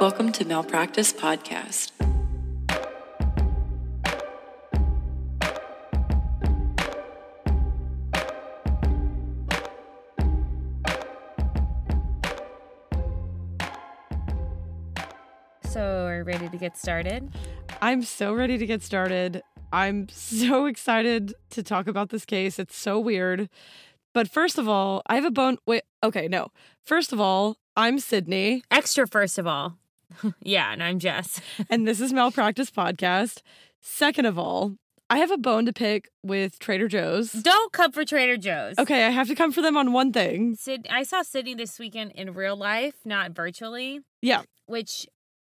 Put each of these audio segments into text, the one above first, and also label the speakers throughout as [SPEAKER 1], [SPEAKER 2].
[SPEAKER 1] Welcome to Malpractice Podcast.
[SPEAKER 2] So, are we ready to get started?
[SPEAKER 3] I'm so ready to get started. I'm so excited to talk about this case. It's so weird. But first of all, I have a bone. Wait, okay, no. First of all, I'm Sydney,
[SPEAKER 2] Extra, first of all. yeah, and I'm Jess.
[SPEAKER 3] and this is Malpractice Podcast. Second of all, I have a bone to pick with Trader Joe's.
[SPEAKER 2] Don't come for Trader Joe's.
[SPEAKER 3] Okay, I have to come for them on one thing.
[SPEAKER 2] Sid, I saw Sydney this weekend in real life, not virtually.
[SPEAKER 3] Yeah.
[SPEAKER 2] Which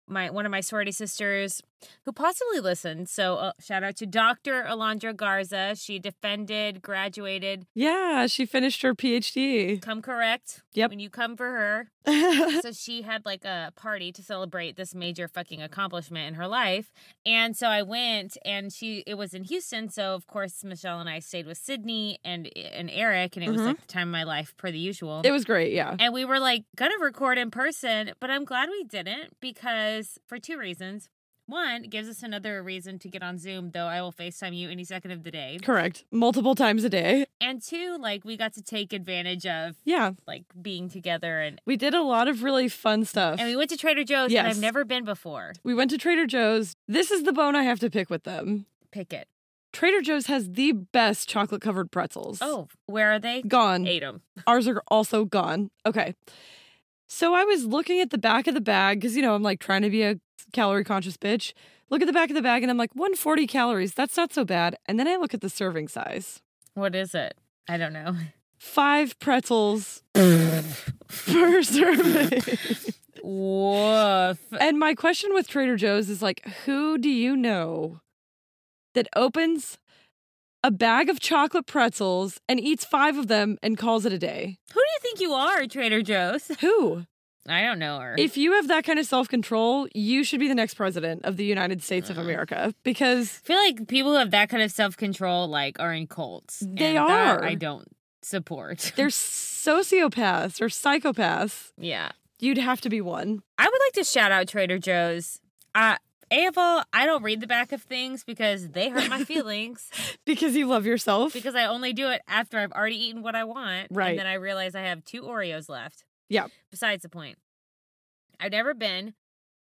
[SPEAKER 2] my one of my sorority sisters who possibly listened. So, uh, shout out to Dr. Alondra Garza. She defended, graduated.
[SPEAKER 3] Yeah, she finished her PhD.
[SPEAKER 2] Come correct.
[SPEAKER 3] Yep.
[SPEAKER 2] When you come for her, so she had like a party to celebrate this major fucking accomplishment in her life and so i went and she it was in houston so of course michelle and i stayed with sydney and and eric and it was
[SPEAKER 3] Mhm.
[SPEAKER 2] like the time of my life per the usual
[SPEAKER 3] it was great, yeah.
[SPEAKER 2] and we were like gonna record in person but i'm glad we didn't because for two reasons one it gives us another reason to get on zoom though i will facetime you any second of the day
[SPEAKER 3] Correct. Multiple times a day.
[SPEAKER 2] and two like we got to take advantage of
[SPEAKER 3] Yeah.
[SPEAKER 2] like being together and
[SPEAKER 3] We did a lot of really fun stuff.
[SPEAKER 2] and we went to Trader Joe's, and I've
[SPEAKER 3] Yes.
[SPEAKER 2] never been before.
[SPEAKER 3] We went to Trader Joe's. This is the bone I have to pick with them.
[SPEAKER 2] Pick it.
[SPEAKER 3] Trader Joe's has the best chocolate covered pretzels.
[SPEAKER 2] Oh, where are they?
[SPEAKER 3] gone.
[SPEAKER 2] Ate them.
[SPEAKER 3] Ours are also gone. Okay. So I was looking at the back of the bag because, you know, I'm like trying to be a calorie conscious bitch. Look at the back of the bag and I'm like, 140 calories. That's not so bad. And then I look at the serving size
[SPEAKER 2] What is it? I don't know.
[SPEAKER 3] five pretzels per serving.
[SPEAKER 2] Woof.
[SPEAKER 3] And my question with Trader Joe's is like, who do you know that opens a bag of chocolate pretzels and eats five of them and calls it a day?
[SPEAKER 2] Who do you think you are, Trader Joe's?
[SPEAKER 3] Who?
[SPEAKER 2] I don't know her.
[SPEAKER 3] If you have that kind of self control, you should be the next president of the United States of America because
[SPEAKER 2] I feel like people who have that kind of self control like are in cults.
[SPEAKER 3] They
[SPEAKER 2] and that
[SPEAKER 3] are.
[SPEAKER 2] I don't support.
[SPEAKER 3] they're sociopaths or psychopaths.
[SPEAKER 2] yeah.
[SPEAKER 3] You'd have to be one.
[SPEAKER 2] I would like to shout out Trader Joe's. Uh AFL, I don't read the back of things because they hurt my feelings.
[SPEAKER 3] Because you love yourself.
[SPEAKER 2] because I only do it after I've already eaten what I want.
[SPEAKER 3] Right.
[SPEAKER 2] And then I realize I have two Oreos left.
[SPEAKER 3] Yeah.
[SPEAKER 2] Besides the point. I've never been.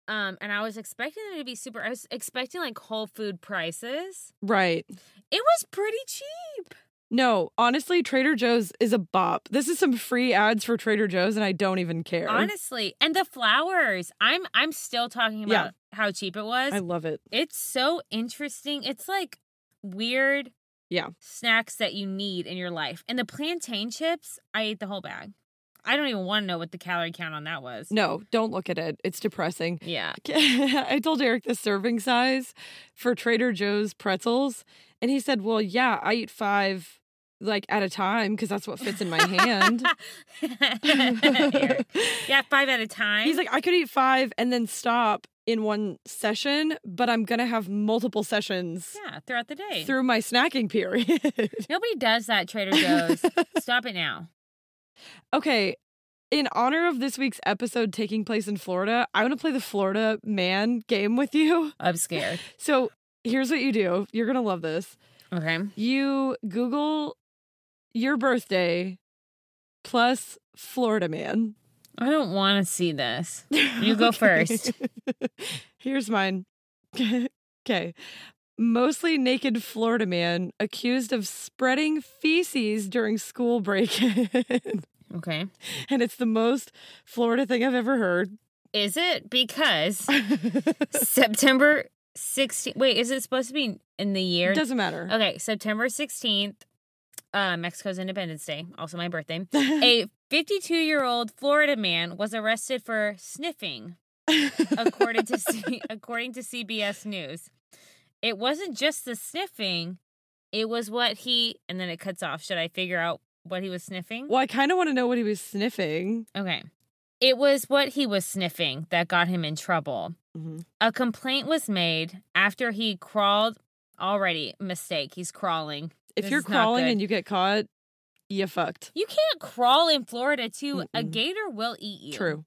[SPEAKER 2] Um, and I was expecting them to be super I was expecting like whole food prices.
[SPEAKER 3] right.
[SPEAKER 2] It was pretty cheap.
[SPEAKER 3] No, honestly, Trader Joe's is a bop. This is some free ads for Trader Joe's, and I don't even care.
[SPEAKER 2] Honestly. And the flowers. I'm I'm still talking about
[SPEAKER 3] Yeah.
[SPEAKER 2] how cheap it was.
[SPEAKER 3] I love it.
[SPEAKER 2] it's so interesting. It's like weird
[SPEAKER 3] Yeah.
[SPEAKER 2] snacks that you need in your life. And the plantain chips, I ate the whole bag. I don't even want to know what the calorie count on that was.
[SPEAKER 3] No, don't look at it. It's depressing.
[SPEAKER 2] Yeah.
[SPEAKER 3] I told Eric the serving size for Trader Joe's pretzels, and he said, "Well, yeah, I eat five like at a time because that's what fits in my hand."
[SPEAKER 2] Eric. yeah, five at a time.
[SPEAKER 3] He's like, "I could eat five and then stop in one session, but I'm gonna have multiple sessions
[SPEAKER 2] yeah, throughout the day.
[SPEAKER 3] through my snacking period."
[SPEAKER 2] Nobody does that, Trader Joe's. Stop it now.
[SPEAKER 3] Okay. In honor of this week's episode taking place in Florida, I want to play the Florida man game with you.
[SPEAKER 2] I'm scared.
[SPEAKER 3] So here's what you do. You're going to love this.
[SPEAKER 2] Okay.
[SPEAKER 3] You Google your birthday plus Florida man.
[SPEAKER 2] I don't want to see this. You go first.
[SPEAKER 3] here's mine. okay. Mostly naked Florida man accused of spreading feces during school break in.
[SPEAKER 2] Okay.
[SPEAKER 3] and it's the most Florida thing I've ever heard.
[SPEAKER 2] Is it because September 16th? Wait, is it supposed to be in the year?
[SPEAKER 3] It doesn't matter.
[SPEAKER 2] Okay, September 16th, uh, Mexico's Independence Day, also my birthday. A 52 year old Florida man was arrested for sniffing, according to C- according to CBS News. It wasn't just the sniffing; it was what he and then it cuts off. Should I figure out what he was sniffing?
[SPEAKER 3] well, I kind of want to know what he was sniffing.
[SPEAKER 2] Okay, it was what he was sniffing that got him in trouble. A complaint was made after he crawled. Already mistake. He's crawling
[SPEAKER 3] If
[SPEAKER 2] This
[SPEAKER 3] you're
[SPEAKER 2] is not
[SPEAKER 3] crawling
[SPEAKER 2] good.
[SPEAKER 3] and you get caught, you fucked.
[SPEAKER 2] You can't crawl in Florida too. A
[SPEAKER 3] Mm-mm.
[SPEAKER 2] gator will eat you.
[SPEAKER 3] True.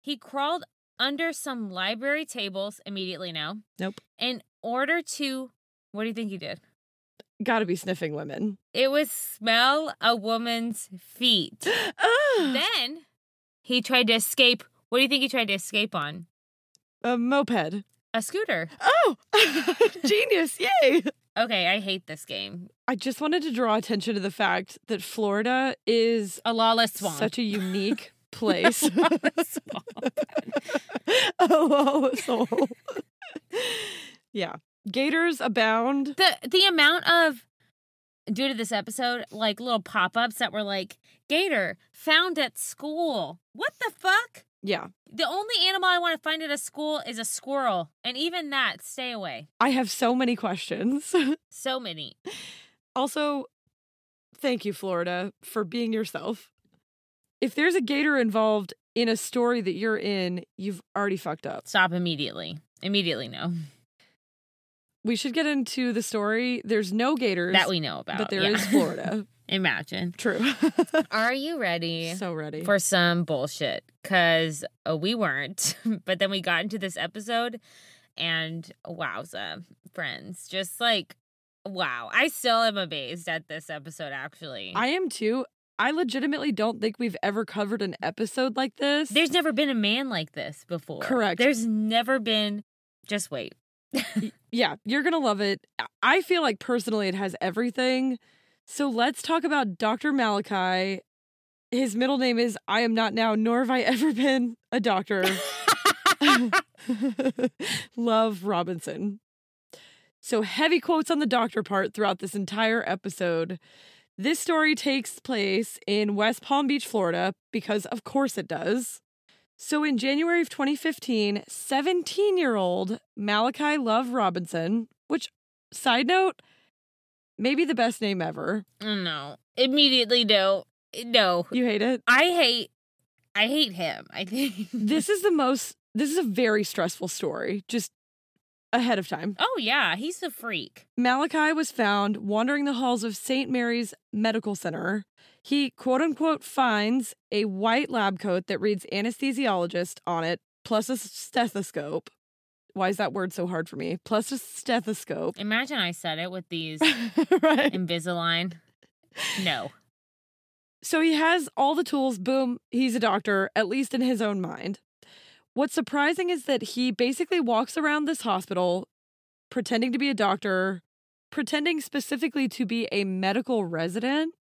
[SPEAKER 2] He crawled under some library tables immediately no.
[SPEAKER 3] Nope.
[SPEAKER 2] In order to what do you think he did?
[SPEAKER 3] Gotta be sniffing women.
[SPEAKER 2] It was smell a woman's feet.
[SPEAKER 3] Ah,
[SPEAKER 2] then he tried to escape. What do you think he tried to escape on?
[SPEAKER 3] a moped.
[SPEAKER 2] A scooter.
[SPEAKER 3] Oh, genius. Yay.
[SPEAKER 2] Okay, I hate this game.
[SPEAKER 3] I just wanted to draw attention to the fact that Florida is
[SPEAKER 2] A lawless swamp.
[SPEAKER 3] such a unique place.
[SPEAKER 2] lawless swamp.
[SPEAKER 3] oh, soul. yeah. Gators abound.
[SPEAKER 2] the the amount of due to this episode, like little pop ups that were like gator found at school. What the fuck?
[SPEAKER 3] Yeah.
[SPEAKER 2] The only animal I want to find at a school is a squirrel, and even that, stay away.
[SPEAKER 3] I have so many questions.
[SPEAKER 2] So many.
[SPEAKER 3] also, thank you, Florida, for being yourself. If there's a gator involved in a story that you're in, you've already fucked up.
[SPEAKER 2] Stop immediately. Immediately, no.
[SPEAKER 3] We should get into the story. There's no gators,
[SPEAKER 2] That we know about.
[SPEAKER 3] but there is
[SPEAKER 2] yeah.
[SPEAKER 3] Florida.
[SPEAKER 2] Imagine.
[SPEAKER 3] True.
[SPEAKER 2] Are you ready
[SPEAKER 3] so ready.
[SPEAKER 2] for some bullshit? Because uh, we weren't, but then we got into this episode and wowza, friends. Just like, wow. I still am amazed at this episode, actually.
[SPEAKER 3] I am too. I legitimately don't think we've ever covered an episode like this.
[SPEAKER 2] There's never been a man like this before.
[SPEAKER 3] Correct.
[SPEAKER 2] There's never been, just wait.
[SPEAKER 3] yeah, you're going to love it. I feel like personally it has everything. So let's talk about Dr. Malachi. His middle name is I am not now, nor have I ever been a doctor. Love Robinson. So heavy quotes on the doctor part throughout this entire episode. This story takes place in West Palm Beach, Florida, because of course it does. So in January of 2015, 17 year old Malachi Love Robinson, which, side note, maybe the best name ever.
[SPEAKER 2] no. Immediately, no. No.
[SPEAKER 3] You hate it?
[SPEAKER 2] I hate. I hate him. I think
[SPEAKER 3] This is the most, this is a very stressful story, just ahead of time.
[SPEAKER 2] Oh yeah, he's a freak.
[SPEAKER 3] Malachi was found wandering the halls of St. Mary's Medical Center. He, quote unquote, finds a white lab coat that reads anesthesiologist on it, plus a stethoscope. Why is that word so hard for me? Plus a stethoscope.
[SPEAKER 2] Imagine I said it with these
[SPEAKER 3] right.
[SPEAKER 2] Invisalign. No.
[SPEAKER 3] So he has all the tools. Boom, he's a doctor, at least in his own mind. What's surprising is that he basically walks around this hospital pretending to be a doctor, pretending specifically to be a medical resident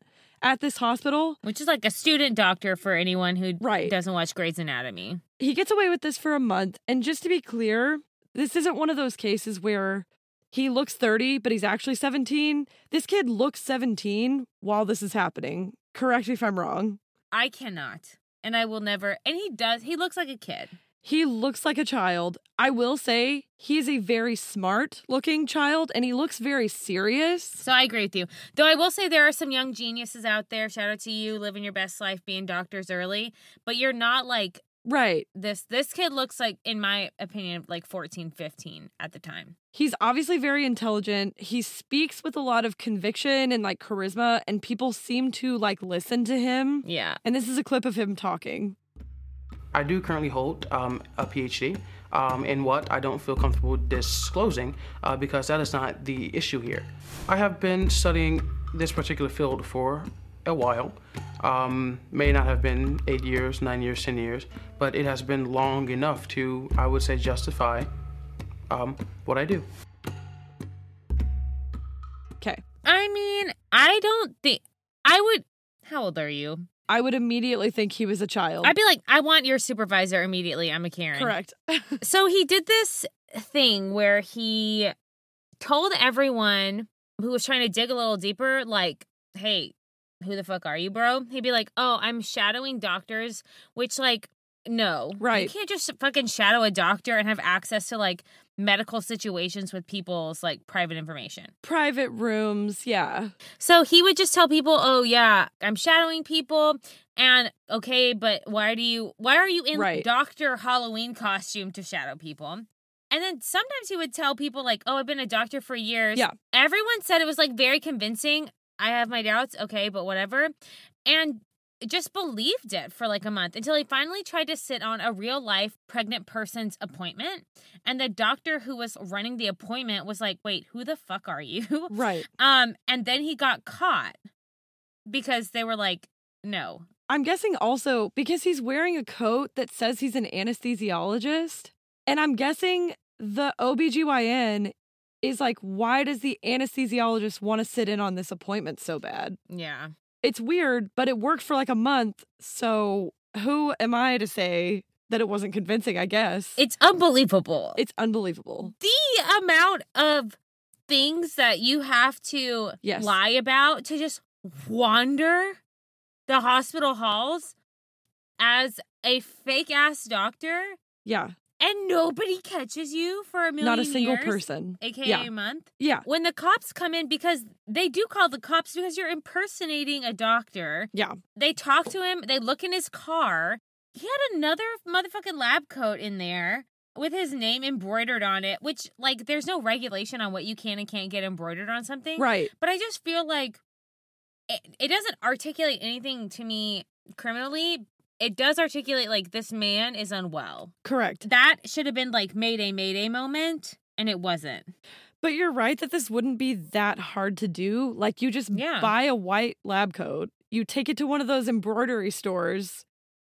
[SPEAKER 3] at this hospital.
[SPEAKER 2] Which is like a student doctor for anyone who
[SPEAKER 3] Right.
[SPEAKER 2] doesn't watch Grey's Anatomy.
[SPEAKER 3] he gets away with this for a month. And just to be clear, this isn't one of those cases where he looks 30, but he's actually 17. This kid looks 17 while this is happening. Correct me if I'm wrong.
[SPEAKER 2] I cannot. And I will never. And he does. He looks like a kid.
[SPEAKER 3] He looks like a child. I will say he's a very smart looking child and he looks very serious.
[SPEAKER 2] So I agree with you. Though I will say there are some young geniuses out there. Shout out to you living your best life being doctors early. But you're not like
[SPEAKER 3] Right.
[SPEAKER 2] this. This kid looks like, in my opinion, like 14, 15 at the time.
[SPEAKER 3] He's obviously very intelligent. He speaks with a lot of conviction and like charisma, and people seem to like listen to him.
[SPEAKER 2] Yeah.
[SPEAKER 3] And this is a clip of him talking.
[SPEAKER 4] I do currently hold um, a PhD um, in what I don't feel comfortable disclosing uh, because that is not the issue here. I have been studying this particular field for a while. Um, may not have been eight years, nine years, ten years, but it has been long enough to, I would say, justify um, what I do.
[SPEAKER 3] Okay.
[SPEAKER 2] I mean, I don't think I would. How old are you?
[SPEAKER 3] I would immediately think he was a child.
[SPEAKER 2] I'd be like, I want your supervisor immediately. I'm a Karen.
[SPEAKER 3] Oh. correct.
[SPEAKER 2] So he did this thing where he told everyone who was trying to dig a little deeper, like, hey, who the fuck are you, bro? He'd be like, oh, I'm shadowing doctors, which, like, no. You
[SPEAKER 3] Right.
[SPEAKER 2] can't just fucking shadow a doctor and have access to, like, medical situations with people's, like, private information.
[SPEAKER 3] Private rooms, yeah.
[SPEAKER 2] So he would just tell people, "Oh yeah, I'm shadowing people." And okay, but why do you why are you in
[SPEAKER 3] Right.
[SPEAKER 2] doctor Halloween costume to shadow people? And then sometimes he would tell people like, "Oh, I've been a doctor for years."
[SPEAKER 3] Yeah.
[SPEAKER 2] Everyone said it was like very convincing. I have my doubts, okay, but whatever. And just believed it for like a month until he finally tried to sit on a real life pregnant person's appointment. And the doctor who was running the appointment was like, wait, who the fuck are you?
[SPEAKER 3] Right.
[SPEAKER 2] Um, and then he got caught because they were like, no.
[SPEAKER 3] I'm guessing also because he's wearing a coat that says he's an anesthesiologist. And I'm guessing the OBGYN is like, why does the anesthesiologist want to sit in on this appointment so bad?
[SPEAKER 2] Yeah.
[SPEAKER 3] It's weird, but it worked for like a month. So who am I to say that it wasn't convincing? I guess
[SPEAKER 2] It's unbelievable.
[SPEAKER 3] it's unbelievable.
[SPEAKER 2] the amount of things that you have to
[SPEAKER 3] Yes.
[SPEAKER 2] lie about to just wander the hospital halls as a fake ass doctor
[SPEAKER 3] Yeah,
[SPEAKER 2] and nobody catches you for a million
[SPEAKER 3] not a single
[SPEAKER 2] years,
[SPEAKER 3] person.
[SPEAKER 2] aka
[SPEAKER 3] Yeah. Uh
[SPEAKER 2] a month
[SPEAKER 3] Yeah,
[SPEAKER 2] when the cops come in because they do call the cops because you're impersonating a doctor
[SPEAKER 3] yeah,
[SPEAKER 2] they talk to him they look in his car he had another motherfucking lab coat in there with his name embroidered on it which like there's no regulation on what you can and can't get embroidered on something
[SPEAKER 3] right.
[SPEAKER 2] but i just feel like it, it doesn't articulate anything to me criminally it does articulate like this man is unwell
[SPEAKER 3] Correct.
[SPEAKER 2] that should have been like mayday mayday moment and it wasn't
[SPEAKER 3] But you're right that this wouldn't be that hard to do. Like you just
[SPEAKER 2] Yeah.
[SPEAKER 3] buy a white lab coat, you take it to one of those embroidery stores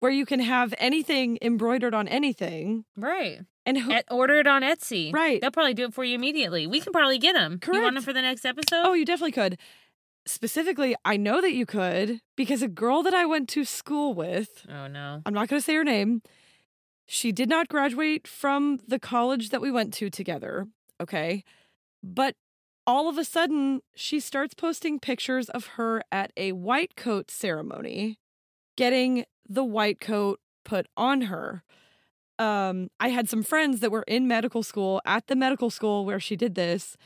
[SPEAKER 3] where you can have anything embroidered on anything.
[SPEAKER 2] right
[SPEAKER 3] And who
[SPEAKER 2] Et- E, order it on etsy
[SPEAKER 3] Right.
[SPEAKER 2] they'll probably do it for you immediately we can probably get them you
[SPEAKER 3] Correct.
[SPEAKER 2] want them for the next episode
[SPEAKER 3] Oh, you definitely could. Specifically, I know that you could because a girl that I went to school with,
[SPEAKER 2] Oh no.
[SPEAKER 3] I'm not going to say her name, she did not graduate from the college that we went to together. Okay. But all of a sudden, she starts posting pictures of her at a white coat ceremony, getting the white coat put on her. Um, I had some friends that were in medical school at the medical school where she did this.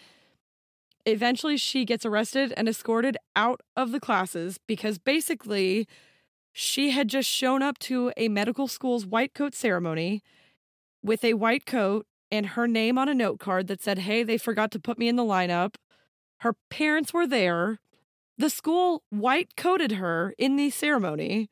[SPEAKER 3] Eventually, she gets arrested and escorted out of the classes because basically she had just shown up to a medical school's white coat ceremony with a white coat and her name on a note card that said, Hey, they forgot to put me in the lineup. Her parents were there. The school white coated her in the ceremony,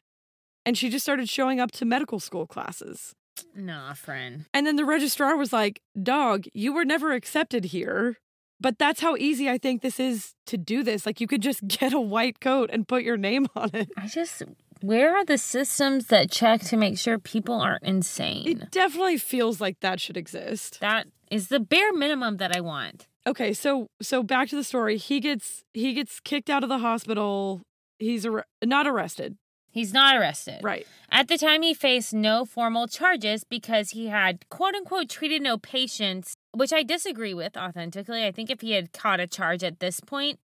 [SPEAKER 3] and she just started showing up to medical school classes.
[SPEAKER 2] Nah, friend.
[SPEAKER 3] And then the registrar was like, Dog, you were never accepted here. But that's how easy I think this is to do this. Like, you could just get a white coat and put your name on it.
[SPEAKER 2] I just where are the systems that check to make sure people aren't insane?
[SPEAKER 3] It definitely feels like that should exist.
[SPEAKER 2] that is the bare minimum that I want.
[SPEAKER 3] okay so so back to the story he gets he gets kicked out of the hospital he's arre- not arrested
[SPEAKER 2] He's not arrested.
[SPEAKER 3] right
[SPEAKER 2] At the time, he faced no formal charges because he had, quote unquote, treated no patients, which I disagree with authentically. I think if he had caught a charge at this point,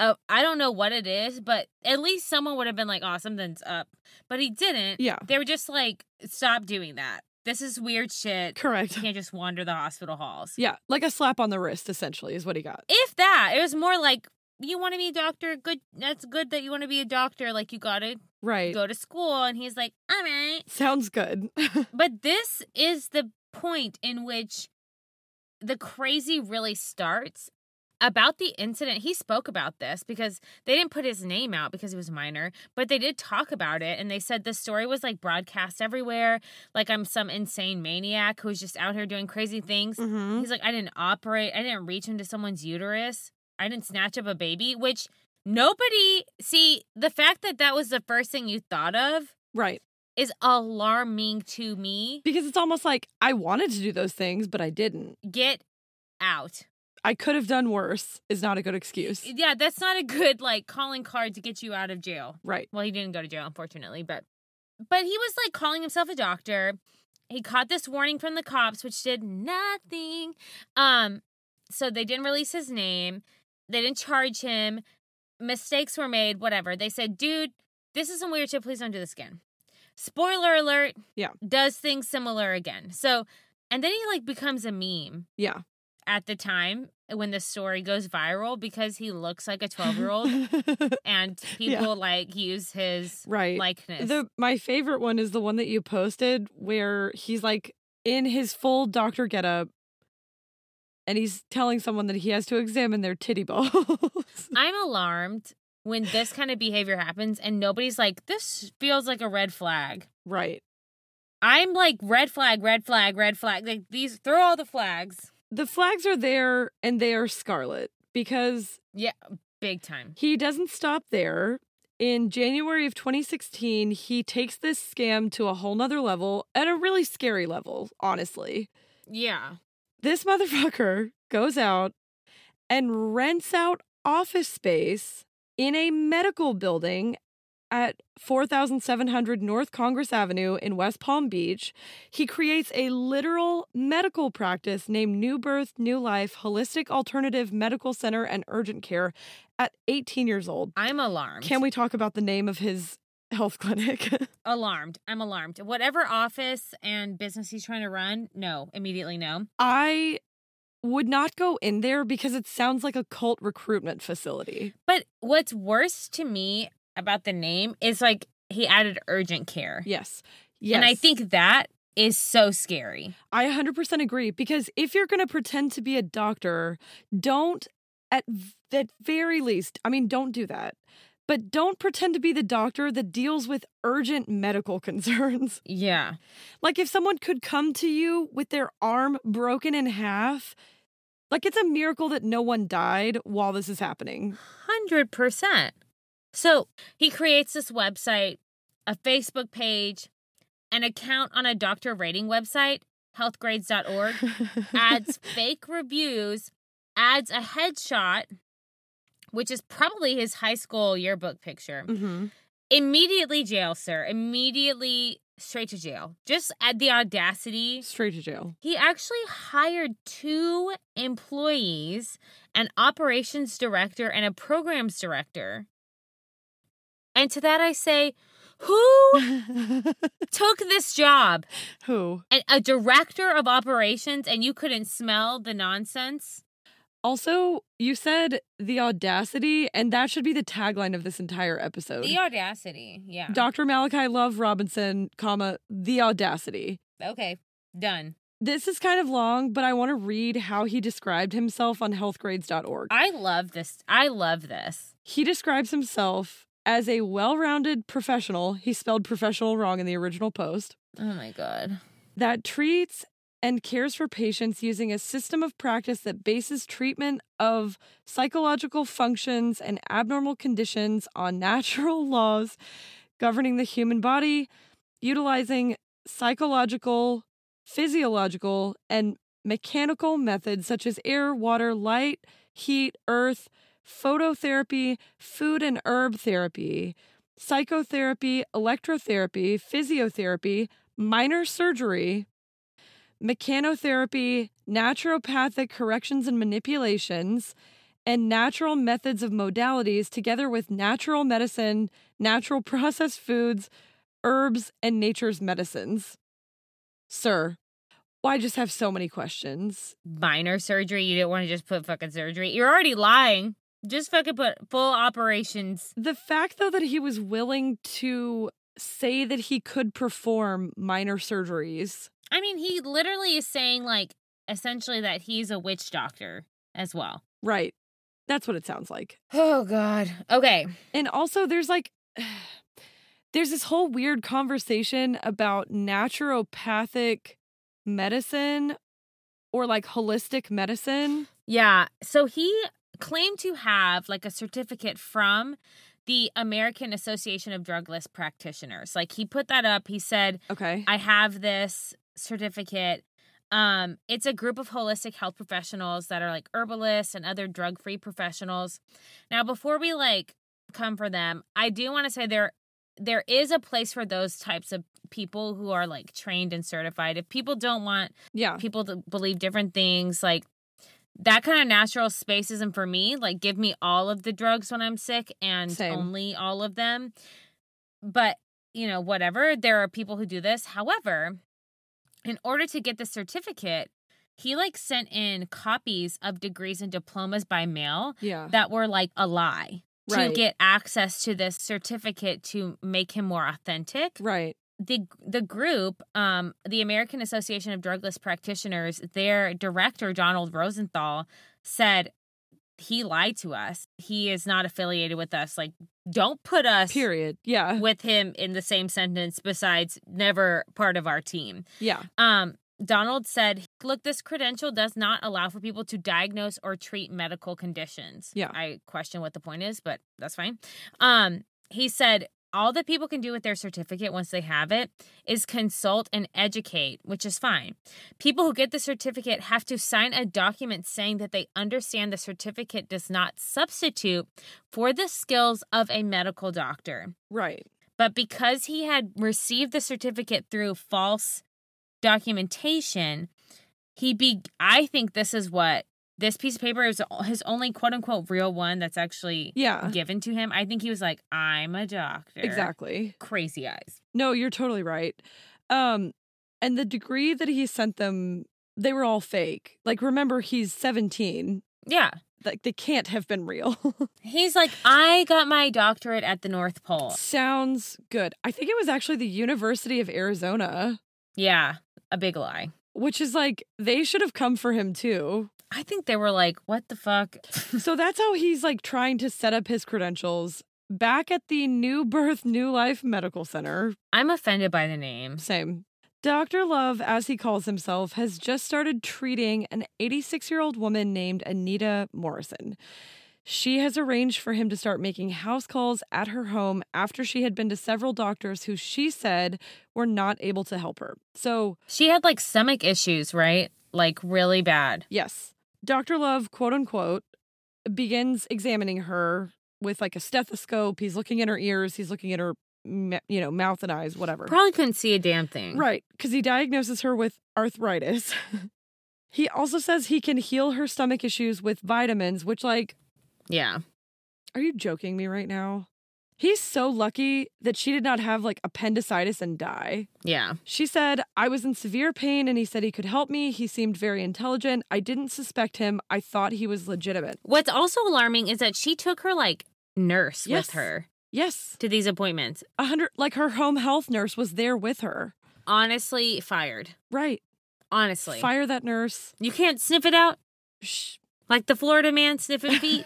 [SPEAKER 2] uh, I don't know what it is, but at least someone would have been like, oh, something's up. But he didn't.
[SPEAKER 3] Yeah.
[SPEAKER 2] They were just like, stop doing that. This is weird shit.
[SPEAKER 3] correct
[SPEAKER 2] You can't just wander the hospital halls.
[SPEAKER 3] yeah like a slap on the wrist essentially is what he got
[SPEAKER 2] If that, it was more like, you want to be a doctor? Good. That's good that you want to be a doctor. Like, you got to
[SPEAKER 3] right
[SPEAKER 2] go to school. And he's like, all right.
[SPEAKER 3] sounds good
[SPEAKER 2] But this is the point in which the crazy really starts. About the incident, he spoke about this because they didn't put his name out because he was a minor, but they did talk about it. And they said the story was like broadcast everywhere. Like, I'm some insane maniac who's just out here doing crazy things.
[SPEAKER 3] mm-hmm.
[SPEAKER 2] He's like, I didn't operate, I didn't reach into someone's uterus, I didn't snatch up a baby, which nobody, see, the fact that that was the first thing you thought of
[SPEAKER 3] right
[SPEAKER 2] is alarming to me.
[SPEAKER 3] because it's almost like i wanted to do those things but i didn't
[SPEAKER 2] Get out.
[SPEAKER 3] i could have done worse is not a good excuse
[SPEAKER 2] Yeah, that's not a good like calling card to get you out of jail.
[SPEAKER 3] right
[SPEAKER 2] Well, he didn't go to jail unfortunately, but but he was like calling himself a doctor. He caught this warning from the cops which did nothing. Um so they didn't release his name. They didn't charge him. Mistakes were made, whatever. They said, "Dude, this is some weird shit. Please don't do this again." Spoiler alert.
[SPEAKER 3] Yeah.
[SPEAKER 2] Does things similar again. So, and then he like becomes a meme.
[SPEAKER 3] yeah
[SPEAKER 2] at the time when the story goes viral because he looks like a 12 year old and people
[SPEAKER 3] Yeah.
[SPEAKER 2] like use his
[SPEAKER 3] right
[SPEAKER 2] likeness.
[SPEAKER 3] The my favorite one is the one that you posted where he's like in his full doctor getup and he's telling someone that he has to examine their titty balls.
[SPEAKER 2] I'm alarmed when this kind of behavior happens and nobody's like, this feels like a red flag.
[SPEAKER 3] Right.
[SPEAKER 2] I'm like, red flag, red flag, red flag. Like, these, throw all the flags.
[SPEAKER 3] The flags are there and they are scarlet because
[SPEAKER 2] Big time.
[SPEAKER 3] he doesn't stop there. In January of 2016, he takes this scam to a whole nother level and a really scary level, honestly.
[SPEAKER 2] Yeah.
[SPEAKER 3] This motherfucker goes out and rents out office space in a medical building at 4700 North Congress Avenue in West Palm Beach. He creates a literal medical practice named New Birth, New Life Holistic Alternative Medical Center and Urgent Care at 18 years old.
[SPEAKER 2] I'm alarmed.
[SPEAKER 3] Can we talk about the name of his health clinic?
[SPEAKER 2] Alarmed. I'm alarmed. Whatever office and business he's trying to run, no, immediately no.
[SPEAKER 3] I would not go in there because it sounds like a cult recruitment facility.
[SPEAKER 2] But what's worse to me about the name is like he added urgent care.
[SPEAKER 3] Yes. Yes.
[SPEAKER 2] And I think that is so scary.
[SPEAKER 3] I 100% agree because if you're going to pretend to be a doctor, don't at v- at very least, I mean don't do that. But don't pretend to be the doctor that deals with urgent medical concerns.
[SPEAKER 2] Yeah.
[SPEAKER 3] Like if someone could come to you with their arm broken in half, like it's a miracle that no one died while this is happening.
[SPEAKER 2] 100%. So he creates this website, a Facebook page, an account on a doctor rating website, healthgrades.org, adds fake reviews, adds a headshot, which is probably his high school yearbook picture.
[SPEAKER 3] Mhm.
[SPEAKER 2] Immediately jail, sir. Immediately straight to jail. Just at the audacity.
[SPEAKER 3] Straight to jail.
[SPEAKER 2] He actually hired two employees, an operations director and a programs director. And to that I say, who took this job?
[SPEAKER 3] Who?
[SPEAKER 2] A, a director of operations and you couldn't smell the nonsense?
[SPEAKER 3] Also, you said the audacity, and that should be the tagline of this entire episode.
[SPEAKER 2] The audacity. Yeah.
[SPEAKER 3] Dr. Malachi Love Robinson, comma, the audacity.
[SPEAKER 2] okay. Done.
[SPEAKER 3] This is kind of long, but I want to read how he described himself on healthgrades.org.
[SPEAKER 2] I love this. I love this.
[SPEAKER 3] He describes himself as a well rounded professional. He spelled professional wrong in the original post.
[SPEAKER 2] Oh my God.
[SPEAKER 3] that treats and cares for patients using a system of practice that bases treatment of psychological functions and abnormal conditions on natural laws governing the human body, utilizing psychological, physiological, and mechanical methods such as air, water, light, heat, earth, phototherapy, food and herb therapy, psychotherapy, electrotherapy, physiotherapy, minor surgery, mechanotherapy, naturopathic corrections and manipulations, and natural methods of modalities, together with natural medicine, natural processed foods, herbs, and nature's medicines. Sir, well, I just have so many questions.
[SPEAKER 2] minor surgery. You didn't want to just put fucking surgery. You're already lying. Just fucking put full operations.
[SPEAKER 3] The fact, though, that he was willing to say that he could perform minor surgeries.
[SPEAKER 2] I mean, he literally is saying like essentially that he's a witch doctor as well.
[SPEAKER 3] Right. That's what it sounds like.
[SPEAKER 2] Oh God. Okay.
[SPEAKER 3] And also, there's like, there's this whole weird conversation about naturopathic medicine or like holistic medicine.
[SPEAKER 2] Yeah. So he claimed to have like a certificate from the American Association of Drugless Practitioners. Like he put that up. He said
[SPEAKER 3] Okay.
[SPEAKER 2] I have this certificate. Um, it's a group of holistic health professionals that are like herbalists and other drug free professionals. Now, before we like come for them, I do want to say there there is a place for those types of people who are like trained and certified. If people don't want
[SPEAKER 3] Yeah.
[SPEAKER 2] people to believe different things, like that kind of natural space isn't for me. Like, give me all of the drugs when I'm sick and
[SPEAKER 3] Same.
[SPEAKER 2] only all of them. But, you know, whatever, there are people who do this. However, in order to get the certificate, he like sent in copies of degrees and diplomas by mail
[SPEAKER 3] Yeah.
[SPEAKER 2] that were like a lie
[SPEAKER 3] Right.
[SPEAKER 2] to get access to this certificate to make him more authentic
[SPEAKER 3] Right.
[SPEAKER 2] the the group, um, the American Association of Drugless Practitioners, their director Donald Rosenthal said he lied to us. He is not affiliated with us. Like, don't put us
[SPEAKER 3] Period. Yeah.
[SPEAKER 2] with him in the same sentence besides never part of our team.
[SPEAKER 3] Yeah.
[SPEAKER 2] Um, Donald said, Look, this credential does not allow for people to diagnose or treat medical conditions.
[SPEAKER 3] Yeah.
[SPEAKER 2] I question what the point is, but that's fine. Um, he said, All that people can do with their certificate once they have it is consult and educate, which is fine. People who get the certificate have to sign a document saying that they understand the certificate does not substitute for the skills of a medical doctor
[SPEAKER 3] Right.
[SPEAKER 2] but because he had received the certificate through false documentation he be i think this is what this piece of paper is his only quote unquote real one that's actually
[SPEAKER 3] Yeah.
[SPEAKER 2] given to him i think he was like i'm a doctor
[SPEAKER 3] Exactly.
[SPEAKER 2] crazy eyes
[SPEAKER 3] No, you're totally right. Um, and the degree that he sent them, they were all fake. Like, remember, he's 17.
[SPEAKER 2] yeah
[SPEAKER 3] Like, they can't have been real.
[SPEAKER 2] he's like i got my doctorate at the north pole
[SPEAKER 3] Sounds good. I think it was actually the University of Arizona,
[SPEAKER 2] yeah a big lie
[SPEAKER 3] which is like, they should have come for him too.
[SPEAKER 2] i think they were like what the fuck
[SPEAKER 3] so that's how he's like trying to set up his credentials back at the New Birth, New Life Medical Center.
[SPEAKER 2] i'm offended by the names
[SPEAKER 3] Same. Dr. Love, as he calls himself, has just started treating an 86 year old woman named Anita Morrison. She has arranged for him to start making house calls at her home after she had been to several doctors who she said were not able to help her. So,
[SPEAKER 2] she had like stomach issues right like really bad
[SPEAKER 3] yes, Dr. Love, quote unquote, begins examining her with like a stethoscope. He's looking in her ears, he's looking at her, m- you know, mouth and eyes, whatever.
[SPEAKER 2] probably couldn't see a damn thing
[SPEAKER 3] Right, because he diagnoses her with arthritis. he also says he can heal her stomach issues with vitamins, which, like,
[SPEAKER 2] yeah
[SPEAKER 3] are you joking me right now? He's so lucky that she did not have like appendicitis and die.
[SPEAKER 2] yeah
[SPEAKER 3] She said, I was in severe pain and he said he could help me. He seemed very intelligent. I didn't suspect him. I thought he was legitimate.
[SPEAKER 2] What's also alarming is that she took her like nurse
[SPEAKER 3] Yes.
[SPEAKER 2] with her
[SPEAKER 3] Yes.
[SPEAKER 2] to these appointments.
[SPEAKER 3] A hundred, like her home health nurse was there with her.
[SPEAKER 2] Honestly, fired.
[SPEAKER 3] Right.
[SPEAKER 2] Honestly.
[SPEAKER 3] Fire that nurse.
[SPEAKER 2] you can't sniff it out
[SPEAKER 3] Shh.
[SPEAKER 2] like the Florida man sniffing feet.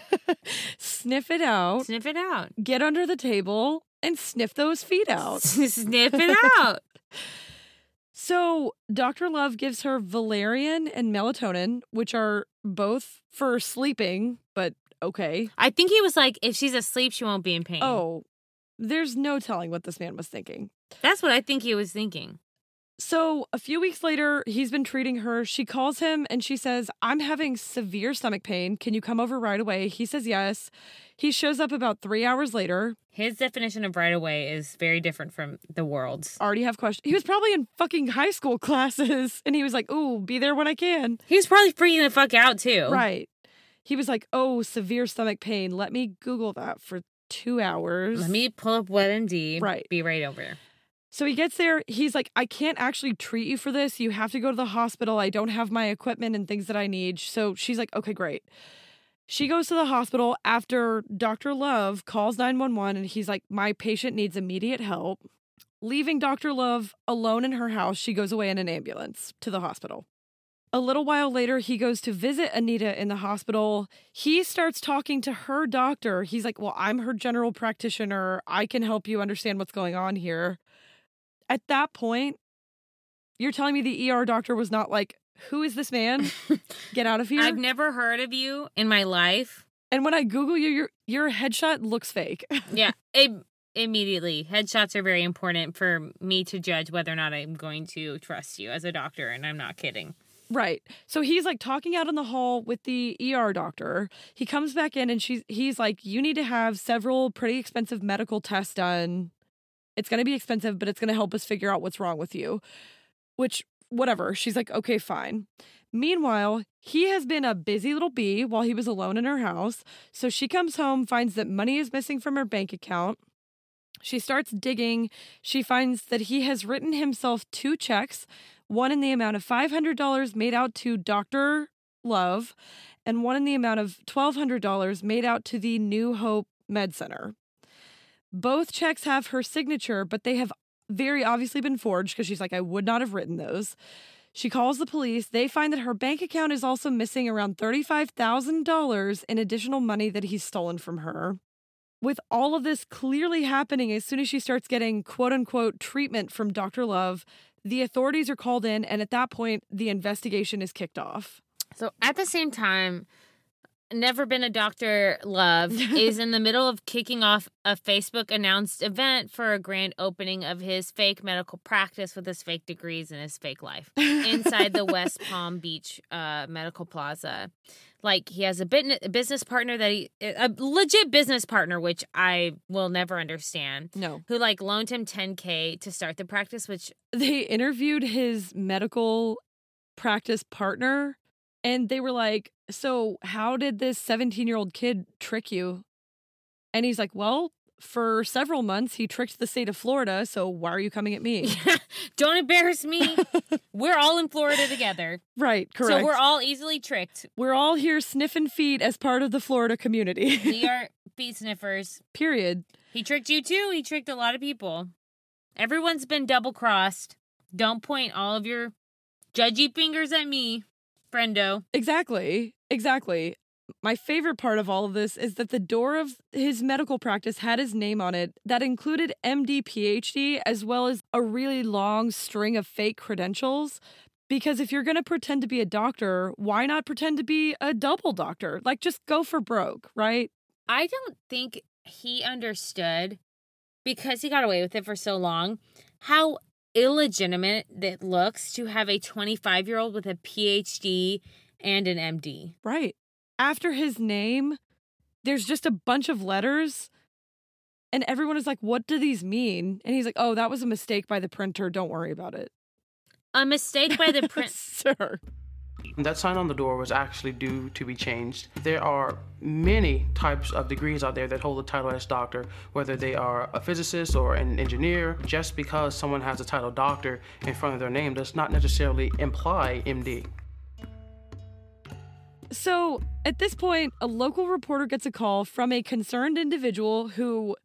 [SPEAKER 3] Sniff it out.
[SPEAKER 2] sniff it out.
[SPEAKER 3] get under the table and sniff those feet out.
[SPEAKER 2] sniff it out.
[SPEAKER 3] So, Dr. Love gives her valerian and melatonin, which are both for sleeping, but okay.
[SPEAKER 2] I think he was like, if she's asleep, she won't be in pain.
[SPEAKER 3] Oh, there's no telling what this man was thinking.
[SPEAKER 2] That's what I think he was thinking.
[SPEAKER 3] So, a few weeks later, he's been treating her. She calls him and she says, I'm having severe stomach pain. Can you come over right away? He says, Yes. He shows up about three hours later.
[SPEAKER 2] His definition of right away is very different from the world's.
[SPEAKER 3] Already have questions. He was probably in fucking high school classes and he was like, Ooh, be there when I can.
[SPEAKER 2] He was probably freaking the fuck out too.
[SPEAKER 3] Right. He was like, "Oh, severe stomach pain. Let me Google that for two hours."
[SPEAKER 2] Let me pull up WebMD.
[SPEAKER 3] Right.
[SPEAKER 2] Be right over.
[SPEAKER 3] So he gets there. He's like, "I can't actually treat you for this. You have to go to the hospital. I don't have my equipment and things that I need." So she's like, "Okay, great." She goes to the hospital after Dr. Love calls 911 and he's like, "My patient needs immediate help." Leaving Dr. Love alone in her house, she goes away in an ambulance to the hospital. A little while later, he goes to visit Anita in the hospital. He starts talking to her doctor. He's like, Well, I'm her general practitioner. I can help you understand what's going on here. At that point, you're telling me the ER doctor was not like, Who is this man? Get out of here.
[SPEAKER 2] I've never heard of you in my life.
[SPEAKER 3] and when I Google you, your, your headshot looks fake.
[SPEAKER 2] yeah im- immediately headshots are very important for me to judge whether or not i'm going to trust you as a doctor and i'm not kidding
[SPEAKER 3] Right. So he's like talking out in the hall with the ER doctor. He comes back in and she's he's like, You need to have several pretty expensive medical tests done. It's gonna be expensive, but it's gonna help us figure out what's wrong with you. Which whatever. She's like, okay, fine. Meanwhile, he has been a busy little bee while he was alone in her house. So she comes home, finds that money is missing from her bank account. She starts digging. She finds that he has written himself two checks one in the amount of $500 made out to Dr. Love, and one in the amount of $1,200 made out to the New Hope Med Center. Both checks have her signature, but they have very obviously been forged because she's like, I would not have written those. She calls the police. They find that her bank account is also missing around $35,000 in additional money that he's stolen from her. With all of this clearly happening, as soon as she starts getting quote unquote treatment from Dr. Love, the authorities are called in. And at that point, the investigation is kicked off.
[SPEAKER 2] So at the same time, never been a doctor love is in the middle of kicking off a Facebook announced event for a grand opening of his fake medical practice with his fake degrees and his fake life inside the West Palm Beach uh, Medical Plaza. Like he has a bit- a business partner that he a legit business partner which I will never understand
[SPEAKER 3] No.
[SPEAKER 2] who like loaned him 10k to start the practice which
[SPEAKER 3] They interviewed his medical practice partner and they were like, So, how did this 17 year old kid trick you? And he's like, Well, for several months, he tricked the state of Florida. So, why are you coming at me?
[SPEAKER 2] don't embarrass me. we're all in Florida together.
[SPEAKER 3] right. Correct.
[SPEAKER 2] So we're all easily tricked.
[SPEAKER 3] We're all here sniffing feet as part of the Florida community.
[SPEAKER 2] We are feet sniffers.
[SPEAKER 3] Period.
[SPEAKER 2] He tricked you too. He tricked a lot of people. Everyone's been double crossed. Don't point all of your judgy fingers at me, friendo.
[SPEAKER 3] Exactly. Exactly. My favorite part of all of this is that the door of his medical practice had his name on it that included MD PhD as well as a really long string of fake credentials. Because if you're going to pretend to be a doctor, why not pretend to be a double doctor? Like, just go for broke, right?
[SPEAKER 2] I don't think he understood because he got away with it for so long how illegitimate it looks to have a 25 year old with a PhD and an MD.
[SPEAKER 3] Right. After his name, there's just a bunch of letters. And everyone is like, what do these mean? And he's like, oh, that was a mistake by the printer. Don't worry about it.
[SPEAKER 2] A mistake by the print.
[SPEAKER 3] Sir.
[SPEAKER 4] That sign on the door was actually due to be changed. There are many types of degrees out there that hold the title as doctor, whether they are a physicist or an engineer. Just because someone has the title doctor in front of their name does not necessarily imply MD.
[SPEAKER 3] So at this point, a local reporter gets a call from a concerned individual who,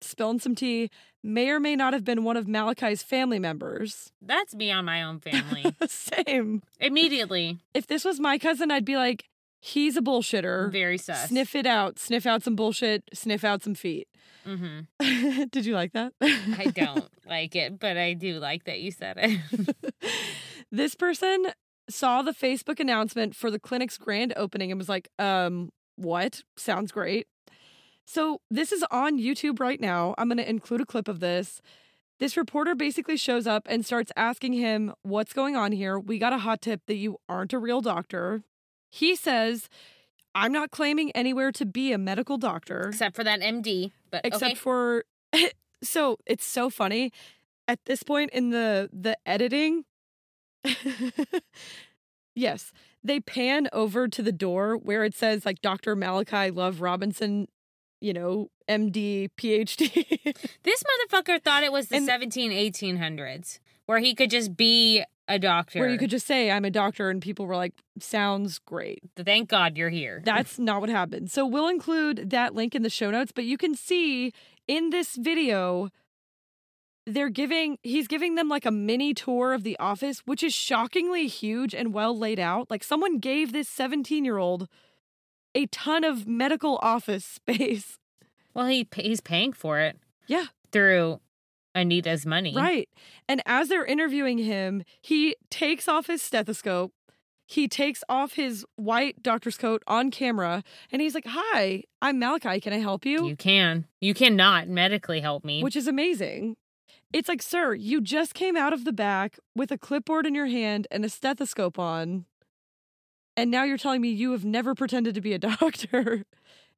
[SPEAKER 3] spilling some tea, may or may not have been one of Malachi's family members.
[SPEAKER 2] That's me on my own family.
[SPEAKER 3] Same.
[SPEAKER 2] Immediately,
[SPEAKER 3] If this was my cousin, I'd be like, he's a bullshitter.
[SPEAKER 2] very sus.
[SPEAKER 3] Sniff it out. Sniff out some bullshit. Sniff out some feet.
[SPEAKER 2] hmm
[SPEAKER 3] Did you like that?
[SPEAKER 2] I don't like it, but I do like that you said it.
[SPEAKER 3] this person saw the Facebook announcement for the clinic's grand opening and was like, um, what? Sounds great. So this is on YouTube right now. I'm going to include a clip of this. This reporter basically shows up and starts asking him, What's going on here? We got a hot tip that you aren't a real doctor. He says, I'm not claiming anywhere to be a medical doctor
[SPEAKER 2] Except for that MD, but
[SPEAKER 3] except
[SPEAKER 2] okay.
[SPEAKER 3] for so it's so funny at this point in the the editing yes they pan over to the door where it says like dr malachi love robinson you know md phd
[SPEAKER 2] This motherfucker thought it was the
[SPEAKER 3] And-
[SPEAKER 2] 17, 1800s, where he could just be a doctor.
[SPEAKER 3] where you could just say i'm a doctor and people were like sounds great
[SPEAKER 2] Thank God you're here.
[SPEAKER 3] That's not what happened. So we'll include that link in the show notes, but you can see in this video they're giving he's giving them like a mini tour of the office, which is shockingly huge and well laid out. Like someone gave this 17-year-old a ton of medical office space.
[SPEAKER 2] well, he pa- he's paying for it.
[SPEAKER 3] Yeah.
[SPEAKER 2] Through Anita's money.
[SPEAKER 3] Right. And as they're interviewing him, he takes off his stethoscope. He takes off his white doctor's coat on camera and he's like, "Hi, I'm Malachi. Can I help
[SPEAKER 2] You can. You cannot medically help me.
[SPEAKER 3] which is amazing. It's like, sir, you just came out of the back with a clipboard in your hand and a stethoscope on. And now you're telling me you have never pretended to be a doctor.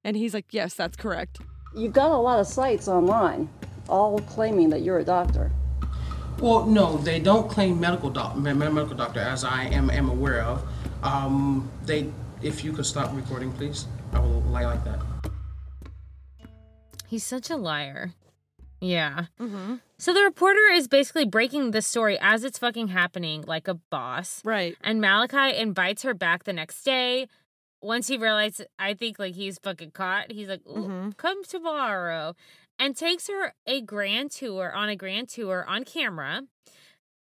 [SPEAKER 3] And he's like, yes, that's correct.
[SPEAKER 5] You've got a lot of sites online, all claiming that you're a doctor.
[SPEAKER 4] Well, no, they don't claim medical doc- me- me- medical doctor, as I am, am aware of. Um, they, if you could stop recording, please, I will lie like that.
[SPEAKER 2] He's such a liar. Yeah.
[SPEAKER 3] Mm-hmm.
[SPEAKER 2] So the reporter is basically breaking the story as it's fucking happening, like a boss.
[SPEAKER 3] Right.
[SPEAKER 2] And Malachi invites her back the next day. Once he realizes, I think like he's fucking caught. He's like, "Ooh,
[SPEAKER 3] Mhm.
[SPEAKER 2] "Come tomorrow," and takes her a grand tour on a grand tour on camera,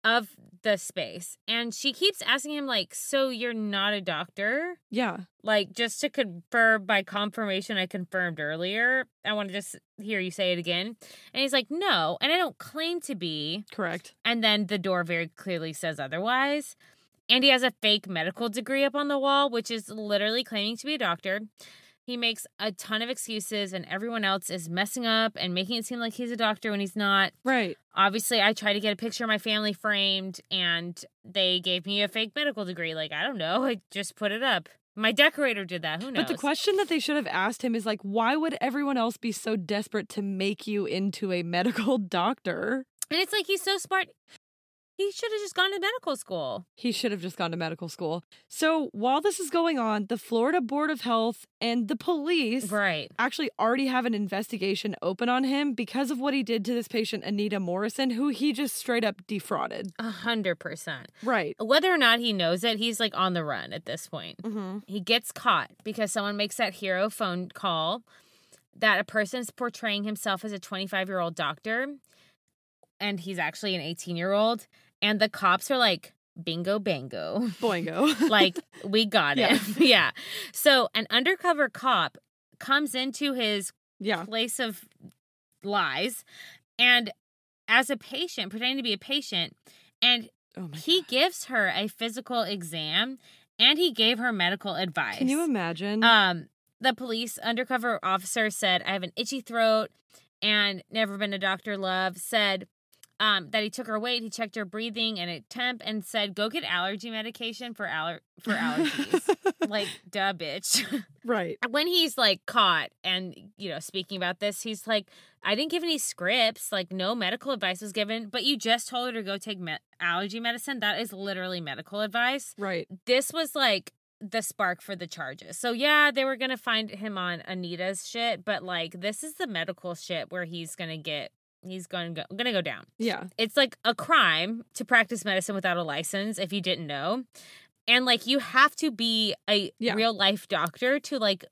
[SPEAKER 2] of the space. And she keeps asking him, like, so you're not a doctor?
[SPEAKER 3] Yeah.
[SPEAKER 2] Like, just to confirm by confirmation I confirmed earlier, I want to just hear you say it again. And he's like, no, and I don't claim to be.
[SPEAKER 3] Correct.
[SPEAKER 2] And then the door very clearly says otherwise. And he has a fake medical degree up on the wall, which is literally claiming to be a doctor. He makes a ton of excuses, and everyone else is messing up and making it seem like he's a doctor when he's not.
[SPEAKER 3] Right.
[SPEAKER 2] Obviously, I tried to get a picture of my family framed, and they gave me a fake medical degree. Like, I don't know. I just put it up. My decorator did that. Who knows?
[SPEAKER 3] But the question that they should have asked him is like, why would everyone else be so desperate to make you into a medical doctor?
[SPEAKER 2] and it's like he's so smart. He should have just gone to medical school.
[SPEAKER 3] He should have just gone to medical school. So while this is going on, the Florida Board of Health and the police
[SPEAKER 2] Right.
[SPEAKER 3] actually already have an investigation open on him because of what he did to this patient, Anita Morrison, who he just straight up defrauded.
[SPEAKER 2] A hundred percent.
[SPEAKER 3] Right.
[SPEAKER 2] Whether or not he knows it, he's like on the run at this point.
[SPEAKER 3] Mm-hmm.
[SPEAKER 2] He gets caught because someone makes that hero phone call that a person's portraying himself as a 25 year old doctor and he's actually an 18 year old. And the cops are like, bingo, bango.
[SPEAKER 3] Boingo.
[SPEAKER 2] Like, we got
[SPEAKER 3] Yeah.
[SPEAKER 2] it. yeah. So, an undercover cop comes into his
[SPEAKER 3] yeah.
[SPEAKER 2] place of lies and as a patient, pretending to be a patient, and
[SPEAKER 3] Oh my.
[SPEAKER 2] he gives her a physical exam and he gave her medical advice.
[SPEAKER 3] Can you imagine?
[SPEAKER 2] Um, the police undercover officer said, I have an itchy throat and never been to Dr. Love. Said um, that he took her weight, he checked her breathing and a temp, and said, Go get allergy medication for, aller- for allergies. like, duh, bitch.
[SPEAKER 3] right.
[SPEAKER 2] when he's like caught and, you know, speaking about this, he's like, I didn't give any scripts. Like, no medical advice was given, but you just told her to go take me- allergy medicine. That is literally medical advice
[SPEAKER 3] Right.
[SPEAKER 2] this was like the spark for the charges. So yeah, they were gonna find him on Anita's shit, but like this is the medical shit where he's gonna get he's gonna go, gonna go down.
[SPEAKER 3] Yeah.
[SPEAKER 2] It's like a crime to practice medicine without a license if you didn't know, and like you have to be a
[SPEAKER 3] Yeah.
[SPEAKER 2] real life doctor to like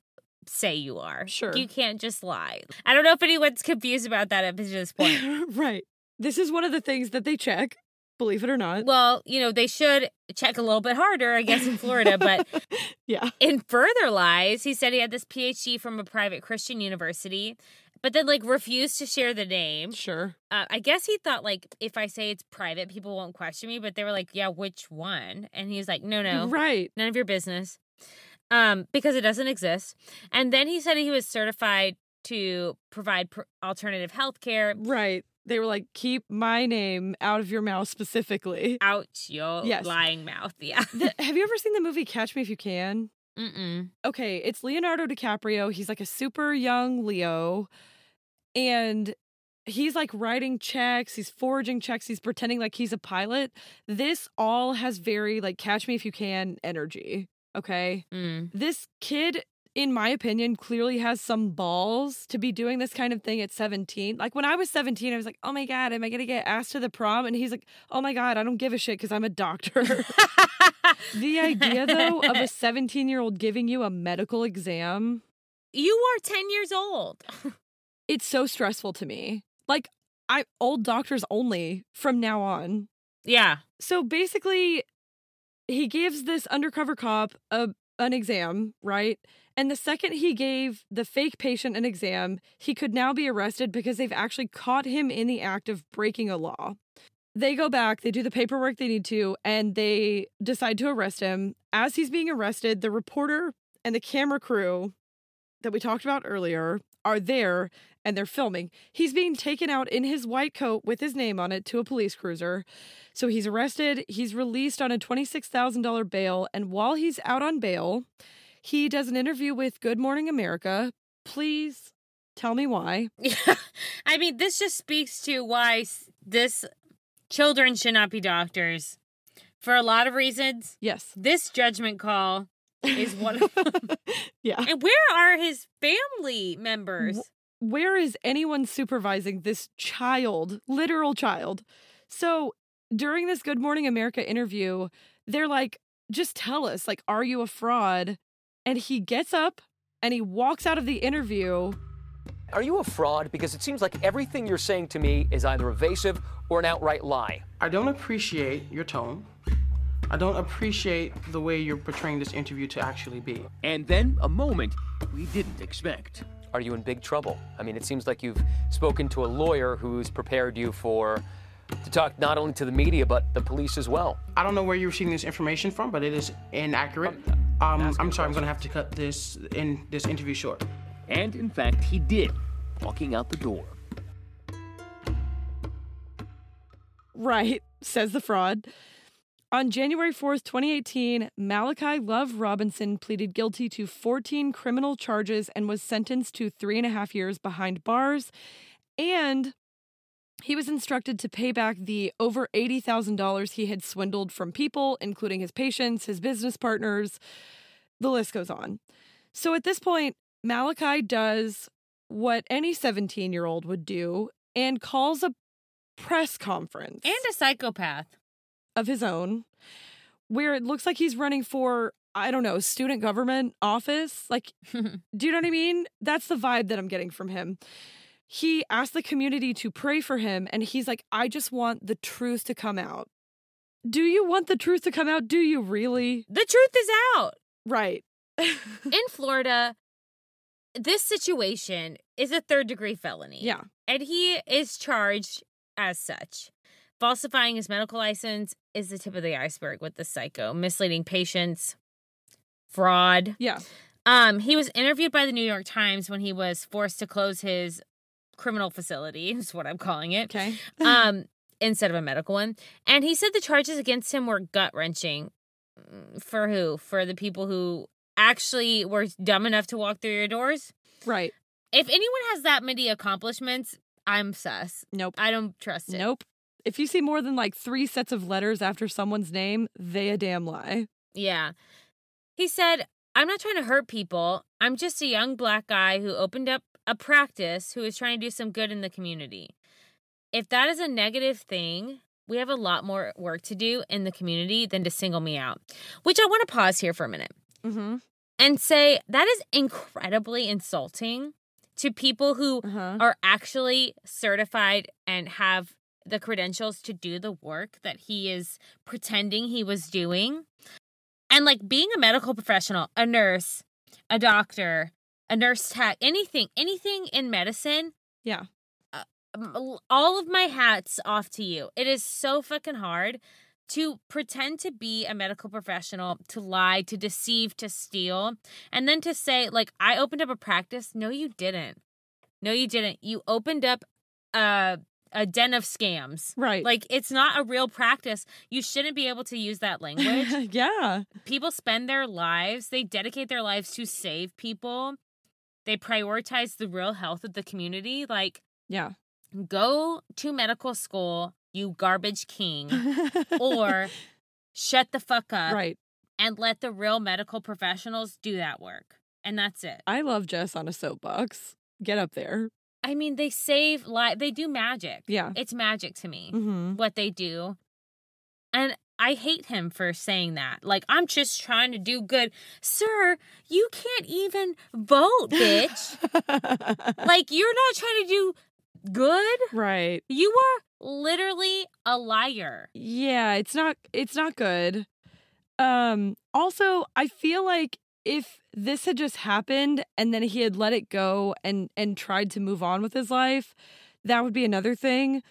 [SPEAKER 2] say you are.
[SPEAKER 3] Sure.
[SPEAKER 2] you can't just lie. I don't know if anyone's confused about that up to this point.
[SPEAKER 3] right. This is one of the things that they check, believe it or not.
[SPEAKER 2] well, you know they should check a little bit harder, I guess, in Florida, but
[SPEAKER 3] yeah.
[SPEAKER 2] in further lies, he said he had this PhD from a private Christian university, but then like refused to share the name.
[SPEAKER 3] Sure.
[SPEAKER 2] Uh, I guess he thought like if I say it's private, people won't question me. But they were like, "Yeah, which one?" And he was like, "No, no,
[SPEAKER 3] Right.
[SPEAKER 2] none of your business," um, because it doesn't exist. And then he said he was certified to provide pr- alternative health care.
[SPEAKER 3] Right. They were like, keep my name out of your mouth specifically.
[SPEAKER 2] Ouch, yo,
[SPEAKER 3] Yes.
[SPEAKER 2] lying mouth. Yeah.
[SPEAKER 3] The- have you ever seen the movie Catch Me If You Can?
[SPEAKER 2] Mm-mm.
[SPEAKER 3] Okay, it's Leonardo DiCaprio. He's like a super young Leo. And he's like writing checks, he's forging checks, he's pretending like he's a pilot. This all has very like Catch Me If You Can energy. Okay.
[SPEAKER 2] Mm.
[SPEAKER 3] this kid in my opinion clearly has some balls to be doing this kind of thing at 17 like when i was 17 i was like oh my god am i gonna get asked to the prom and he's like oh my god i don't give a shit because i'm a doctor the idea though of a 17 year old giving you a medical exam
[SPEAKER 2] you are ten years old.
[SPEAKER 3] it's so stressful to me like i old doctors only from now on
[SPEAKER 2] yeah.
[SPEAKER 3] so basically he gives this undercover cop a an exam, right? And the second he gave the fake patient an exam, he could now be arrested because they've actually caught him in the act of breaking a law. They go back, they do the paperwork they need to, and they decide to arrest him. As he's being arrested, the reporter and the camera crew that we talked about earlier are there and they're filming. He's being taken out in his white coat with his name on it to a police cruiser. So he's arrested, he's released on a $26,000 bail, and while he's out on bail, he does an interview with Good Morning America. Please tell me why.
[SPEAKER 2] Yeah. I mean, this just speaks to why s- this children should not be doctors for a lot of reasons.
[SPEAKER 3] Yes.
[SPEAKER 2] This judgment call is one of them.
[SPEAKER 3] yeah.
[SPEAKER 2] And where are his family members?
[SPEAKER 3] Where is anyone supervising this child, literal child? So during this Good Morning America interview, they're like, just tell us, like, are you a fraud? And he gets up and he walks out of the interview
[SPEAKER 6] Are you a fraud? Because it seems like everything you're saying to me is either evasive or an outright lie.
[SPEAKER 4] I don't appreciate your tone. I don't appreciate the way you're portraying this interview to actually be.
[SPEAKER 7] And then a moment we didn't expect.
[SPEAKER 6] Are you in big trouble? I mean, it seems like you've spoken to a lawyer who's prepared you for to talk not only to the media but the police as well.
[SPEAKER 4] I don't know where you're receiving this information from, but it is inaccurate. Um, I'm sorry, I'm gonna have to cut this in this interview short.
[SPEAKER 7] And in fact, he did, walking out the door.
[SPEAKER 3] Right, says the fraud. On January 4th, 2018, Malachi Love Robinson pleaded guilty to 14 criminal charges and was sentenced to three and a half years behind bars. And he was instructed to pay back the over $80,000 he had swindled from people, including his patients, his business partners. The list goes on. So at this point, Malachi does what any 17 year old would do and calls a press conference
[SPEAKER 2] And a psychopath.
[SPEAKER 3] of his own where it looks like he's running for I don't know, student government office. Like, do you know what I mean? That's the vibe that I'm getting from him. He asked the community to pray for him, and he's like, I just want the truth to come out. Do you want the truth to come out? Do you really?
[SPEAKER 2] The truth is out.
[SPEAKER 3] Right.
[SPEAKER 2] In Florida, this situation is a third degree felony.
[SPEAKER 3] Yeah.
[SPEAKER 2] And he is charged as such. Falsifying his medical license is the tip of the iceberg with the psycho, misleading patients, fraud.
[SPEAKER 3] Yeah.
[SPEAKER 2] Um, he was interviewed by the New York Times when he was forced to close his criminal facility, is what I'm calling it.
[SPEAKER 3] Okay.
[SPEAKER 2] um, instead of a medical one. And he said the charges against him were gut wrenching. For who? For the people who actually were dumb enough to walk through your doors?
[SPEAKER 3] Right.
[SPEAKER 2] If anyone has that many accomplishments, I'm sus.
[SPEAKER 3] Nope.
[SPEAKER 2] I don't trust it.
[SPEAKER 3] Nope. If you see more than like three sets of letters after someone's name, they a damn lie.
[SPEAKER 2] Yeah. He said, I'm not trying to hurt people. I'm just a young black guy who opened up a practice who is trying to do some good in the community. If that is a negative thing, we have a lot more work to do in the community than to single me out, which I want to pause here for a minute
[SPEAKER 3] Mm-hmm.
[SPEAKER 2] and say that is incredibly insulting to people who
[SPEAKER 3] Uh-huh.
[SPEAKER 2] are actually certified and have the credentials to do the work that he is pretending he was doing. And like being a medical professional, a nurse, a doctor, a nurse tech, anything, anything in medicine.
[SPEAKER 3] Yeah.
[SPEAKER 2] Uh, m- All of my hats off to you. It is so fucking hard to pretend to be a medical professional, to lie, to deceive, to steal, and then to say, like, I opened up a practice. No, you didn't. No, you didn't. You opened up a, a den of scams.
[SPEAKER 3] Right.
[SPEAKER 2] Like, it's not a real practice. You shouldn't be able to use that language
[SPEAKER 3] yeah.
[SPEAKER 2] people spend their lives, they dedicate their lives to save people. They prioritize the real health of the community. Like,
[SPEAKER 3] Yeah.
[SPEAKER 2] go to medical school, you garbage king, or shut the fuck up
[SPEAKER 3] right.
[SPEAKER 2] and let the real medical professionals do that work. And that's it.
[SPEAKER 3] I love Jess on a soapbox. Get up there.
[SPEAKER 2] I mean, they save life, they do magic.
[SPEAKER 3] Yeah.
[SPEAKER 2] It's magic to me.
[SPEAKER 3] Mm-hmm.
[SPEAKER 2] what they do. And I hate him for saying that. Like, I'm just trying to do good. Sir, you can't even
[SPEAKER 3] Mm-hmm.
[SPEAKER 2] vote, bitch. like, you're not trying to do good.
[SPEAKER 3] right.
[SPEAKER 2] You are literally a liar.
[SPEAKER 3] Yeah, it's not it's not good. Um also, I feel like if this had just happened and then he had let it go and and tried to move on with his life, that would be another thing.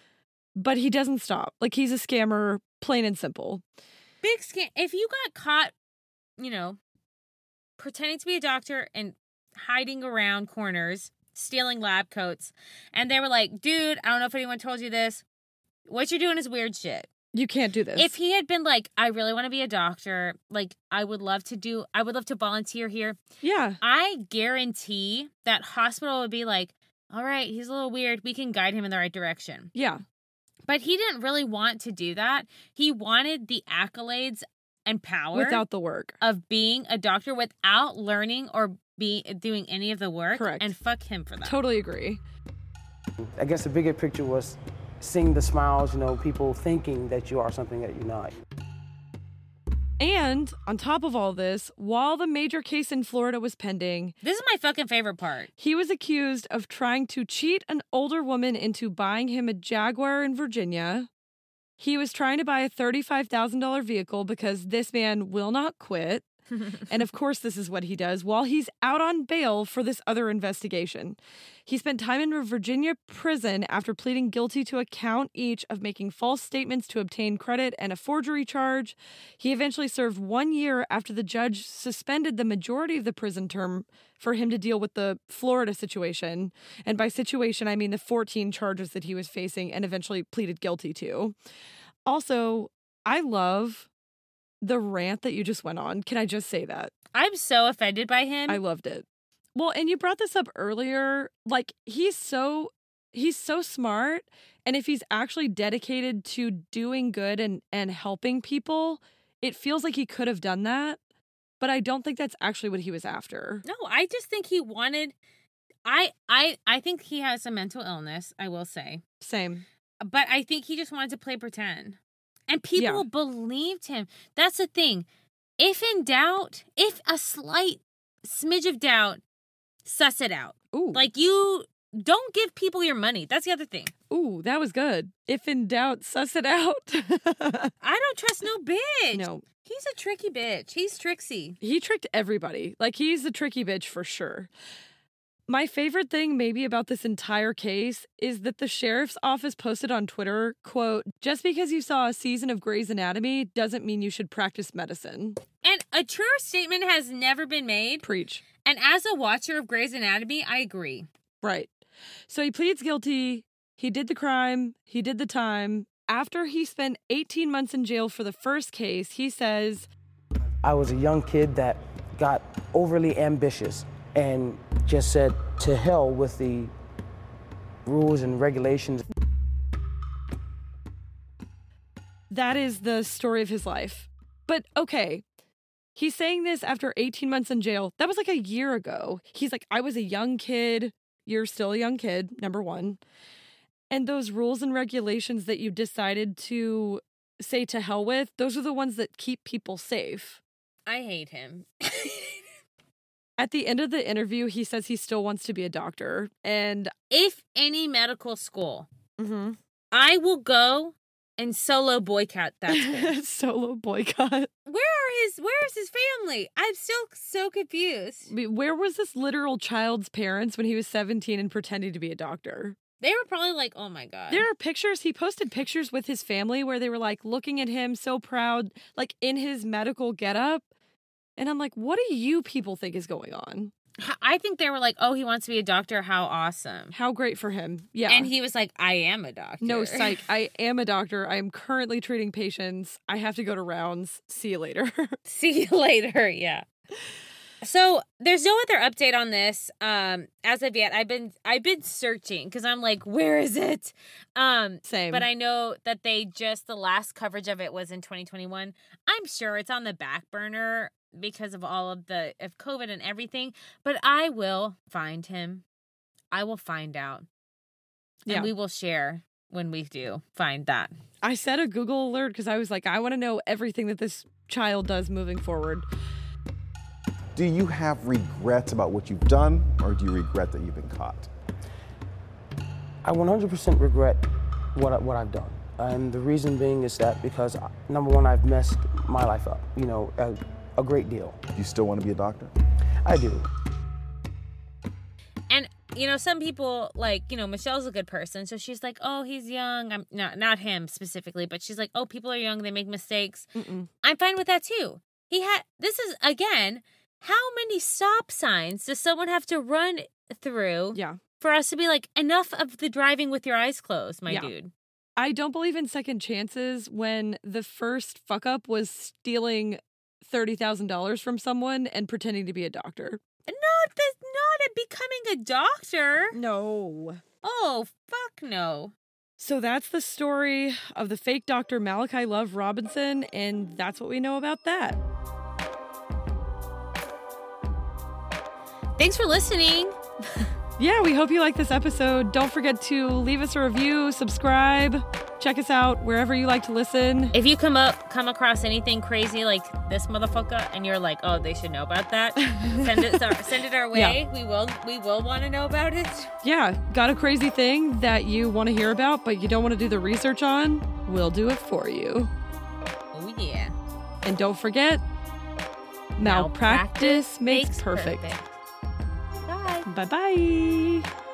[SPEAKER 3] But he doesn't stop. Like he's a scammer, plain and simple.
[SPEAKER 2] Big scam. If you got caught, you know, pretending to be a doctor and hiding around corners, stealing lab coats, and they were like, dude, I don't know if anyone told you this. What you're doing is weird shit.
[SPEAKER 3] You can't do this.
[SPEAKER 2] If he had been like, I really want to be a doctor, like I would love to do, I would love to volunteer here.
[SPEAKER 3] yeah.
[SPEAKER 2] I guarantee that hospital would be like, all right, he's a little weird. We can guide him in the right direction.
[SPEAKER 3] Yeah.
[SPEAKER 2] But he didn't really want to do that. He wanted the accolades and power
[SPEAKER 3] Without the work.
[SPEAKER 2] of being a doctor without learning or be doing any of the work.
[SPEAKER 3] Correct.
[SPEAKER 2] And fuck him for that.
[SPEAKER 3] Totally agree.
[SPEAKER 8] I guess the bigger picture was seeing the smiles, you know, people thinking that you are something that you're not.
[SPEAKER 3] And on top of all this, while the major case in Florida was pending,
[SPEAKER 2] This is my fucking favorite part.
[SPEAKER 3] he was accused of trying to cheat an older woman into buying him a Jaguar in Virginia. He was trying to buy a $35,000 vehicle because this man will not quit. and of course, this is what he does while he's out on bail for this other investigation. He spent time in a Virginia prison after pleading guilty to a count each of making false statements to obtain credit and a forgery charge. He eventually served one year after the judge suspended the majority of the prison term for him to deal with the Florida situation. And by situation, I mean the 14 charges that he was facing and eventually pleaded guilty to. Also, I love the rant that you just went on. Can I just say that?
[SPEAKER 2] I'm so offended by him.
[SPEAKER 3] I loved it. Well, and you brought this up earlier. Like he's so he's so smart and if he's actually dedicated to doing good and and helping people, it feels like he could have done that, but I don't think that's actually what he was after.
[SPEAKER 2] No, I just think he wanted I I I think he has a mental illness, I will say.
[SPEAKER 3] Same.
[SPEAKER 2] But I think he just wanted to play pretend. And people believed him. That's the thing. If in doubt, if a slight smidge of doubt, suss it out.
[SPEAKER 3] Ooh.
[SPEAKER 2] Like you don't give people your money. That's the other thing.
[SPEAKER 3] ooh, that was good. If in doubt, suss it out.
[SPEAKER 2] I don't trust no bitch.
[SPEAKER 3] no.
[SPEAKER 2] He's a tricky bitch. He's tricksy.
[SPEAKER 3] He tricked everybody. Like he's a tricky bitch for sure. My favorite thing maybe about this entire case is that the sheriff's office posted on Twitter, quote, just because you saw a season of Grey's Anatomy doesn't mean you should practice medicine.
[SPEAKER 2] And a truer statement has never been made.
[SPEAKER 3] Preach.
[SPEAKER 2] And as a watcher of Grey's Anatomy, I agree.
[SPEAKER 3] Right. So he pleads guilty. He did the crime. He did the time. After he spent 18 months in jail for the first case, he says,
[SPEAKER 8] I was a young kid that got overly ambitious and just said, to hell with the rules and regulations.
[SPEAKER 3] That is the story of his life. But okay, he's saying this after 18 months in jail. That was like a year ago. He's like, I was a young kid. You're still a young kid, number one. And those rules and regulations that you decided to say to hell with, those are the ones that keep people safe.
[SPEAKER 2] I hate him.
[SPEAKER 3] At the end of the interview, he says he still wants to be a doctor. And
[SPEAKER 2] if any medical school, I will go and solo boycott that school.
[SPEAKER 3] solo boycott.
[SPEAKER 2] where are his where is his family? I'm still so confused.
[SPEAKER 3] I mean, Where was this literal child's parents when he was 17 and pretending to be a doctor?
[SPEAKER 2] They were probably like, "Oh my god."
[SPEAKER 3] There are pictures. He posted pictures with his family where they were like looking at him so proud, like in his medical getup. And I'm like, what do you people think is going on?
[SPEAKER 2] I think they were like, "Oh, he wants to be a doctor. How awesome."
[SPEAKER 3] How great for him. Yeah.
[SPEAKER 2] And he was like, "I am a doctor."
[SPEAKER 3] no, psych. I am a doctor. I am currently treating patients. I have to go to rounds. See you later.
[SPEAKER 2] See you later. Yeah. So there's no other update on this. Um, as of yet, I've been I've been searching because I'm like, where is it? Um,
[SPEAKER 3] Same.
[SPEAKER 2] but I know that they just the last coverage of it was in 2021. I'm sure it's on the back burner because of all of the of COVID and everything. But I will find him. I will find out, and
[SPEAKER 3] Yeah.
[SPEAKER 2] we will share when we do find that.
[SPEAKER 3] I set a Google alert because I was like, I want to know everything that this child does moving forward.
[SPEAKER 9] Do you have regrets about what you've done, or do you regret that you've been caught?
[SPEAKER 8] I 100% regret what, I- what I've done. And the reason being is that because, uh, number one, I've messed my life up, you know, a, a great deal.
[SPEAKER 9] Do you still want to be a doctor?
[SPEAKER 8] I do.
[SPEAKER 2] And you know, some people like you know Michelle's a good person, so she's like, "Oh, he's young." I'm not not him specifically, but she's like, "Oh, people are young; they make mistakes." I'm fine with that too. He had this is again. How many stop signs does someone have to run through
[SPEAKER 3] Yeah.
[SPEAKER 2] for us to be like, "Enough of the driving with your eyes closed, my
[SPEAKER 3] Yeah.
[SPEAKER 2] dude."
[SPEAKER 3] I don't believe in second chances when the first fuck up was stealing $30,000 from someone and pretending to be a doctor.
[SPEAKER 2] Not this, not at becoming a doctor.
[SPEAKER 3] No.
[SPEAKER 2] Oh fuck no.
[SPEAKER 3] So that's the story of the fake doctor Malachi Love Robinson, and that's what we know about that.
[SPEAKER 2] Thanks for listening.
[SPEAKER 3] yeah, we hope you like this episode. Don't forget to leave us a review, subscribe, check us out wherever you like to listen.
[SPEAKER 2] If you come up, come across anything crazy like this motherfucker, and you're like, "Oh, they should know about that," send it, our, send it our way. We will, we will want to know about it.
[SPEAKER 3] Yeah, got a crazy thing that you want to hear about, but you don't want to do the research on? We'll do it for you.
[SPEAKER 2] Oh yeah,
[SPEAKER 3] And don't forget, malpractice, makes perfect.
[SPEAKER 2] perfect. Bye.
[SPEAKER 3] Bye bye.